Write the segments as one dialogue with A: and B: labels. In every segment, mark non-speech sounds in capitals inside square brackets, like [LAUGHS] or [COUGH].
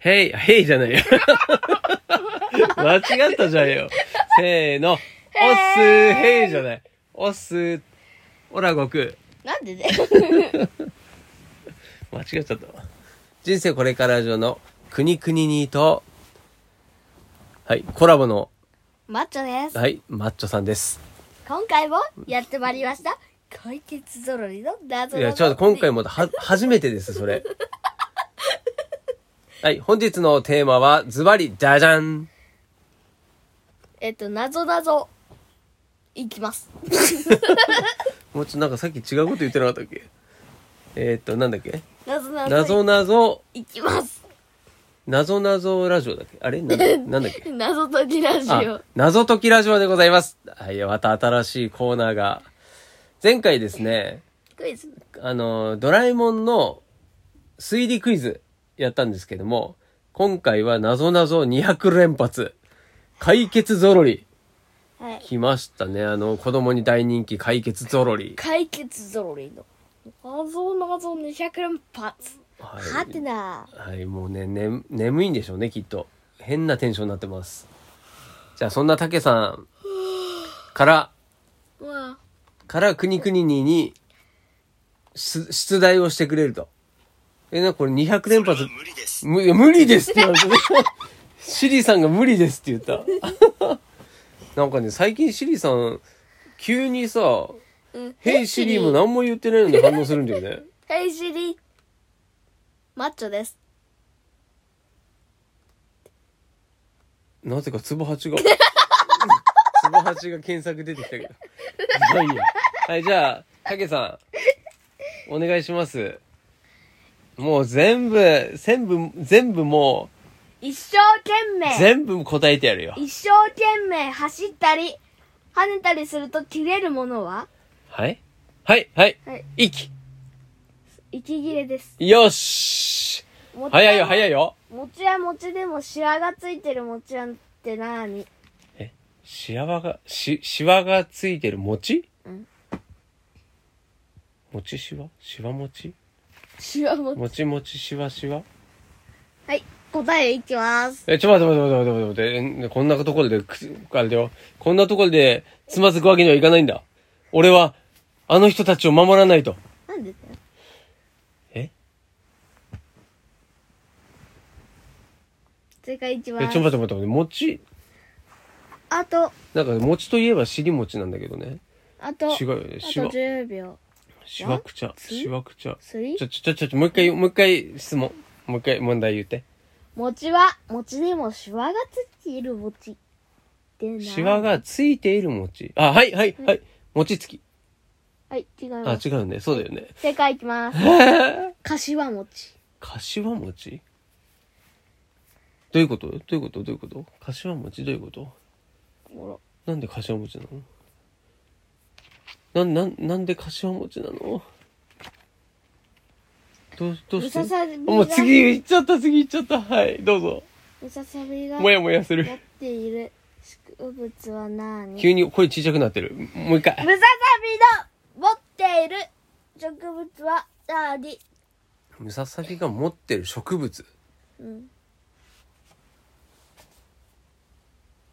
A: へい、へいじゃないよ。 [LAUGHS] 間違ったじゃんよ。せーの。おっすー、へいじゃない。おっすー、おら、悟空。
B: なん [LAUGHS] でだよ。
A: 間違っちゃったわ。人生これから上の、くにくににと、はい、コラボの、
B: マッチョです。
A: はい、マッチョさんです。
B: 今回もやってまいりました。解決ぞろりの謎
A: い
B: の。
A: や、ちょっと今回。もは、初めてです、それ。はい、本日のテーマは、ズバリ、じゃじゃん。
B: えっと、謎謎。いきます。
A: もうちょっとなんかさっき違うこと言ってなかったっけえー、っと、なんだっけ
B: 謎謎。
A: 謎謎、
B: いきます。 [LAUGHS]
A: 謎謎ラジオだっけあれなんだなんだっけ
B: 謎解きラジ
A: あ
B: オ。、
A: 謎解きラジオでございます。はい、また新しいコーナーが。前回ですね、
B: クイズ。
A: あの、ドラえもんの推理クイズやったんですけども、今回は謎謎200連発、解決ぞろり。
B: はい。
A: 来ましたね。あの、子供に大人気解決ぞろり。
B: 解決ぞろりの謎謎200連発。
A: は
B: はてな。
A: はい、もうねね、眠いんでしょうね、きっと。変なテンションになってます。じゃあ、そんな竹さんから、
B: まあ、
A: から、くにくににに、出出題をしてくれると。え、な、これ200連発、
C: 無理です。
A: 無いや無理ですって言わ [LAUGHS] れてねシリーさんが無理ですって言った。 [LAUGHS] なんかね、最近シリーさん、急にさ、
B: うん。
A: ヘイシリーも何も言ってないのに反応するんだよね。
B: ヘイシリ。マッチョです。
A: なぜかツボハチが。 [LAUGHS] ツボハチが検索出てきたけど。まあいいやはい、じゃあ、たけさん、お願いします。もう全部、全部、全部も
B: 一生懸
A: う、
B: 命。
A: 全部答えてやるよ。
B: 一生懸命走ったり、跳ねたりすると切れるものは
A: はいはい、はい
B: はい、
A: 息。
B: 息切れです。
A: よし
B: 餅
A: 早いよ、早いよ。
B: 餅は餅でもシワがついてる餅はってなに
A: しわが、し、しわがついてる餅
B: うん
A: 餅しわしわ餅
B: シワ餅。
A: もちもちしわしわ
B: はい、答えいきます。
A: え、ちょ、待って待って待って待って待って。えこんなところで、くあれだよ。こんなところで、つまずくわけにはいかないんだ。俺は、あの人たちを守らないと。
B: なんでだよ。
A: え
B: 正解いきま
A: え、
B: す。
A: ちょ、待って待って待って。餅、
B: あと、
A: なんか、餅といえば尻餅なんだけどね。
B: あと、
A: 違うよね。
B: あ
A: し
B: と
A: わ、
B: 10秒。
A: しわくちゃ、しわくちゃ。ちょ、
B: 3?
A: ちょ、ちょ、ちょちょ、もう一回、もう一回質問。もう一回問題言って。
B: 餅は、餅でもシワがついている餅。でな。
A: シワ。がついている餅。あ、はい、はい、はい。餅つき。
B: はい、違いま
A: あ、
B: す。
A: 違うね。そうだよね。
B: 正解い
A: [LAUGHS]
B: きます。かしわ餅。
A: 柏餅どういうことどういうことどういうこと柏餅どういうこと
B: ほ
A: なんで柏餅なのなん、なん、なんで柏餅なのどう、どう
B: ム
A: し
B: サ
A: て
B: サビが
A: もう次行っちゃった、次行っちゃった。はい、どうぞ。
B: ら、ムササビが
A: もやもやする
B: 持。っている植物は何ムサ
A: 急に声小さくなってる。もう一
B: サ
A: 回。
B: ビの持っている植物は何
A: ムササビが持ってる植物。
B: うん。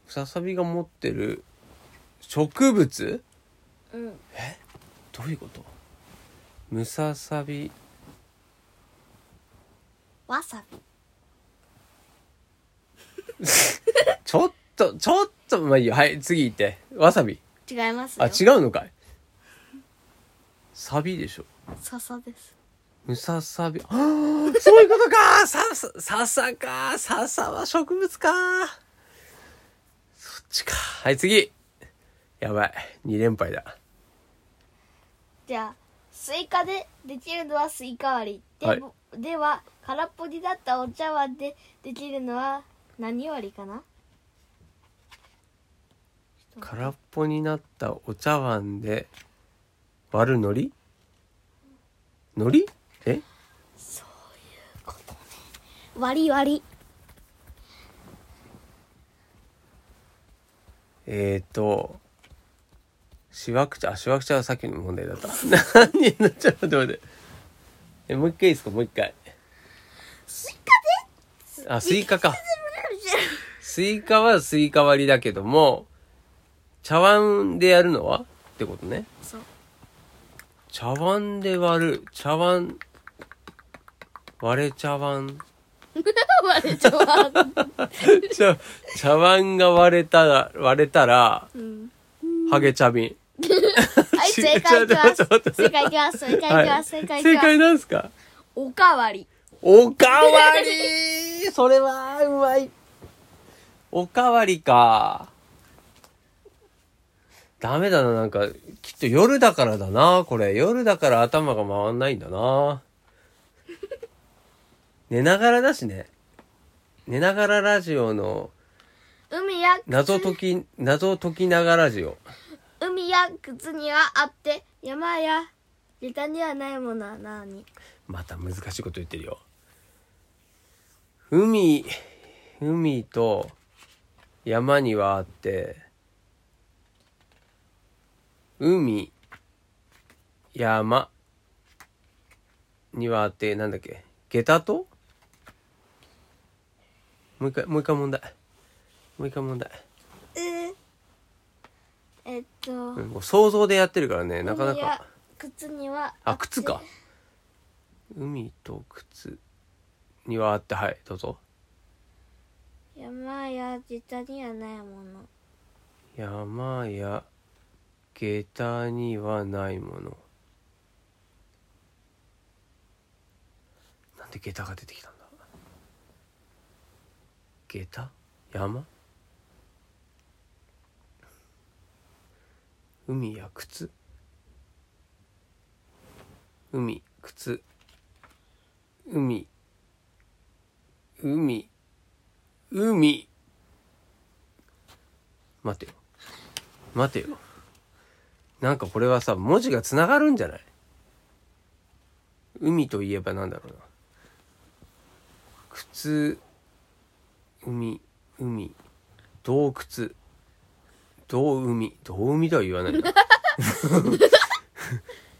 A: ムササビが持ってる植物
B: うん。
A: どういうことムササビ。
B: わさび。
A: ちょっと、ちょっと、まあいいよ。はい、次行って。わさび。
B: 違いますよ。
A: あ、違うのかい。サビでしょ。
B: 笹です。
A: ムササビ。あーそういうこと
B: [LAUGHS]
A: かさ、さ、笹か笹は植物かそっちか。はい、次。やばい。2連敗だ。
B: じゃあ、スイカでできるのはスイカ割り。
A: は
B: で
A: い
B: も、では、空っぽになったお茶碗でできるのは何割りかな
A: 空っぽになったお茶碗で割る海苔海苔え
B: 割り割り。
A: えーと、しわくちゃ、あ、しわくちゃはさっきの問題だった。何になっちゃう待って待って。え、もう一回いいですかもう一回。
B: スイカでスイ
A: あ、スイカか。スイカはスイカ割りだけども、茶碗でやるのはってことね。
B: そう
A: 茶碗で割る。茶碗。割れ茶
B: [LAUGHS]
A: 碗。
B: 割 [LAUGHS] れちゃう
A: 茶、茶碗が割れたら、割れたら、
B: うん
A: ハゲ茶瓶。
B: はい正解いきま
A: ちょ
B: す
A: っと待って
B: 正解いきます正解いきます正解いき
A: 正
B: ます
A: 解なんですか
B: おかわり
A: おかわ
B: [LAUGHS]
A: りそれは、うまい。おかわりか。ダメだな、なんか、きっと夜だからだな、これ。夜だから頭が回んないんだな。 [LAUGHS] 寝ながらだしね。寝ながらラジオの、
B: 海や靴
A: 謎解き、謎解きながらラジオ。
B: 海や靴にはあって山や下駄にはないものは何
A: また難しいこと言ってるよ。海、海と山にはあって、海、山にはあって、なんだっけ、下駄ともう一回、もう一回問題。もう一回問題。
B: ええっと、
A: うんもう想像でやってるからね、なかな
B: 海や
A: か。
B: 靴にはって
A: あ、靴か。海と靴にはあって、はい、どうぞ。
B: 山や下駄にはないもの
A: 山や下駄にはないものなんで下駄が出てきたんだ下駄山海や靴海靴海海海待てよ待てよなんかこれはさ文字がつながるんじゃない海といえばなんだろうな靴海海洞窟洞海洞海とは言わ
B: [LAUGHS]
A: ないなで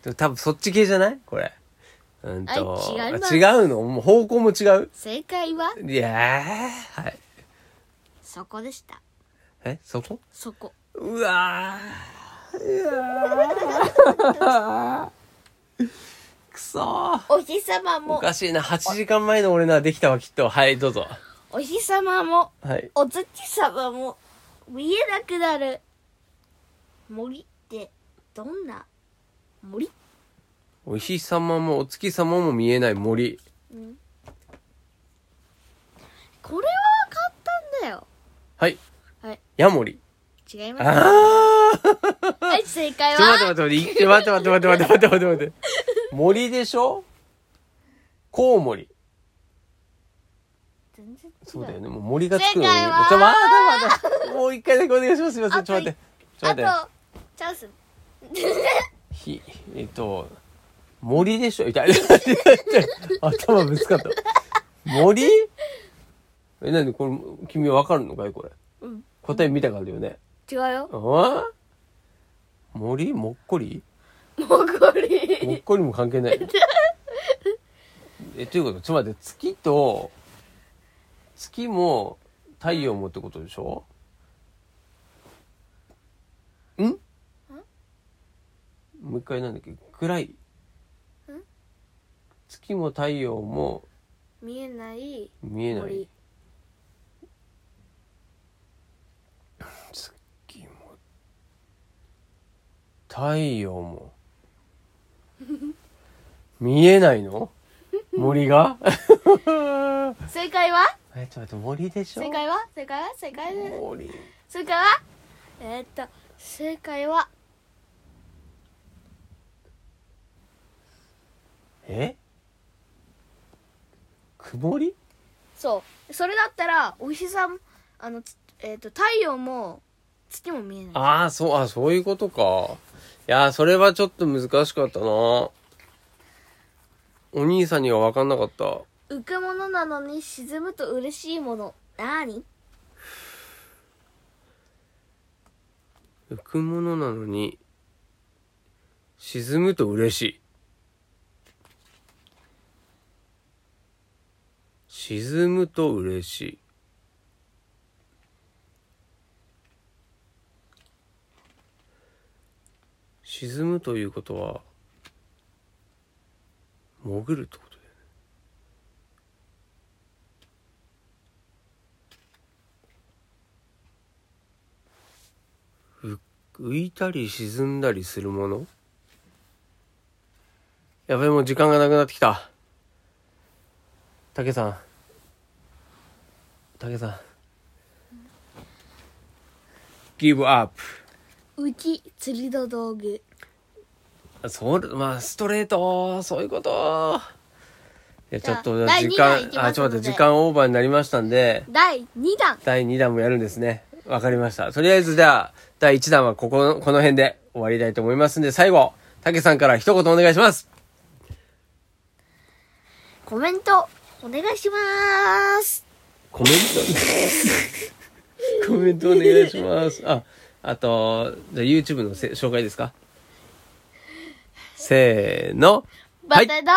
A: も多分そっち系じゃないこれうんと
B: あ違います
A: 違うのもう方向も違う
B: 正解はい
A: やーはい
B: そこでした
A: えそこ
B: そこ
A: うわーうわーくそー
B: お日様
A: お
B: も
A: かしいな8時間前の俺ならできたわきっとはいどうぞ
B: お日様も
A: はい
B: お月様も見えなくなる森ってどんな森
A: お日様もお月様も見えない森
B: これは簡単だよ
A: はい
B: はい
A: ヤモリ
B: 違います
A: あーち
B: [LAUGHS]
A: ょ
B: はい正解
A: っと待
B: は
A: って待って待って待って待って待って待って待って待って待って森でしょコウモリ
B: 全然違う
A: そうだよねもう森がつくのに
B: 正解は
A: ちょ待って待ってもう一回だけお願いしますすいませんちょっと待ってちょっ
B: あ
A: と待って
B: とチャンス
A: ひ、えっと、森でしょみたいな。痛い痛い痛い [LAUGHS] 頭ぶつかった。森え、なんでこれ、君わかるのかいこれ。
B: うん
A: 答え見たからだよね。
B: 違う
A: [LAUGHS]
B: よ
A: ああ森もっこり
B: もうこれ
A: もっこりも関係 [LAUGHS] ない。え、ということちょっと待って、月と、月も太陽もってことでしょんもう一回なんだっけ暗い月も太陽も
B: 見えない
A: 見えない
B: 森
A: 月も太陽も見えないの森 [LAUGHS] が
B: 正解は
A: えちょっと待って森でしょ
B: 正解は正解は正解です
A: 森
B: 正解はえーっと正解は
A: え曇り
B: そうそれだったらお日さんあのつえーっと太陽も月も見えない
A: ああそうあそういうことかいやーそれはちょっと難しかったなお兄さんには分かんなかった
B: 浮くものなのに沈むと嬉しいものなーに
A: 浮くものなのに沈むと嬉しい沈むと嬉しい。沈むということは、潜るってことだよね。う浮いたり沈んだりするものやべえ、もう時間がなくなってきた。竹さん竹さんギブアップ
B: 浮き釣りの道具
A: あそれまあストレートそういうこといやち
B: じ
A: ょ
B: ゃあ
A: っと
B: 第
A: 時
B: 二弾い
A: 間
B: きますので
A: あちょっと待って時間オーバーになりましたんで
B: 第2弾
A: 第2弾もやるんですねわかりましたとりあえずじゃあ第1弾はこここの辺で終わりたいと思いますんで最後竹さんから一言お願いします
B: コメントお願いします
A: コメント [LAUGHS] コメントお願いします。あ、あと、じゃあ YouTube のせ紹介ですかせーの。
B: バタド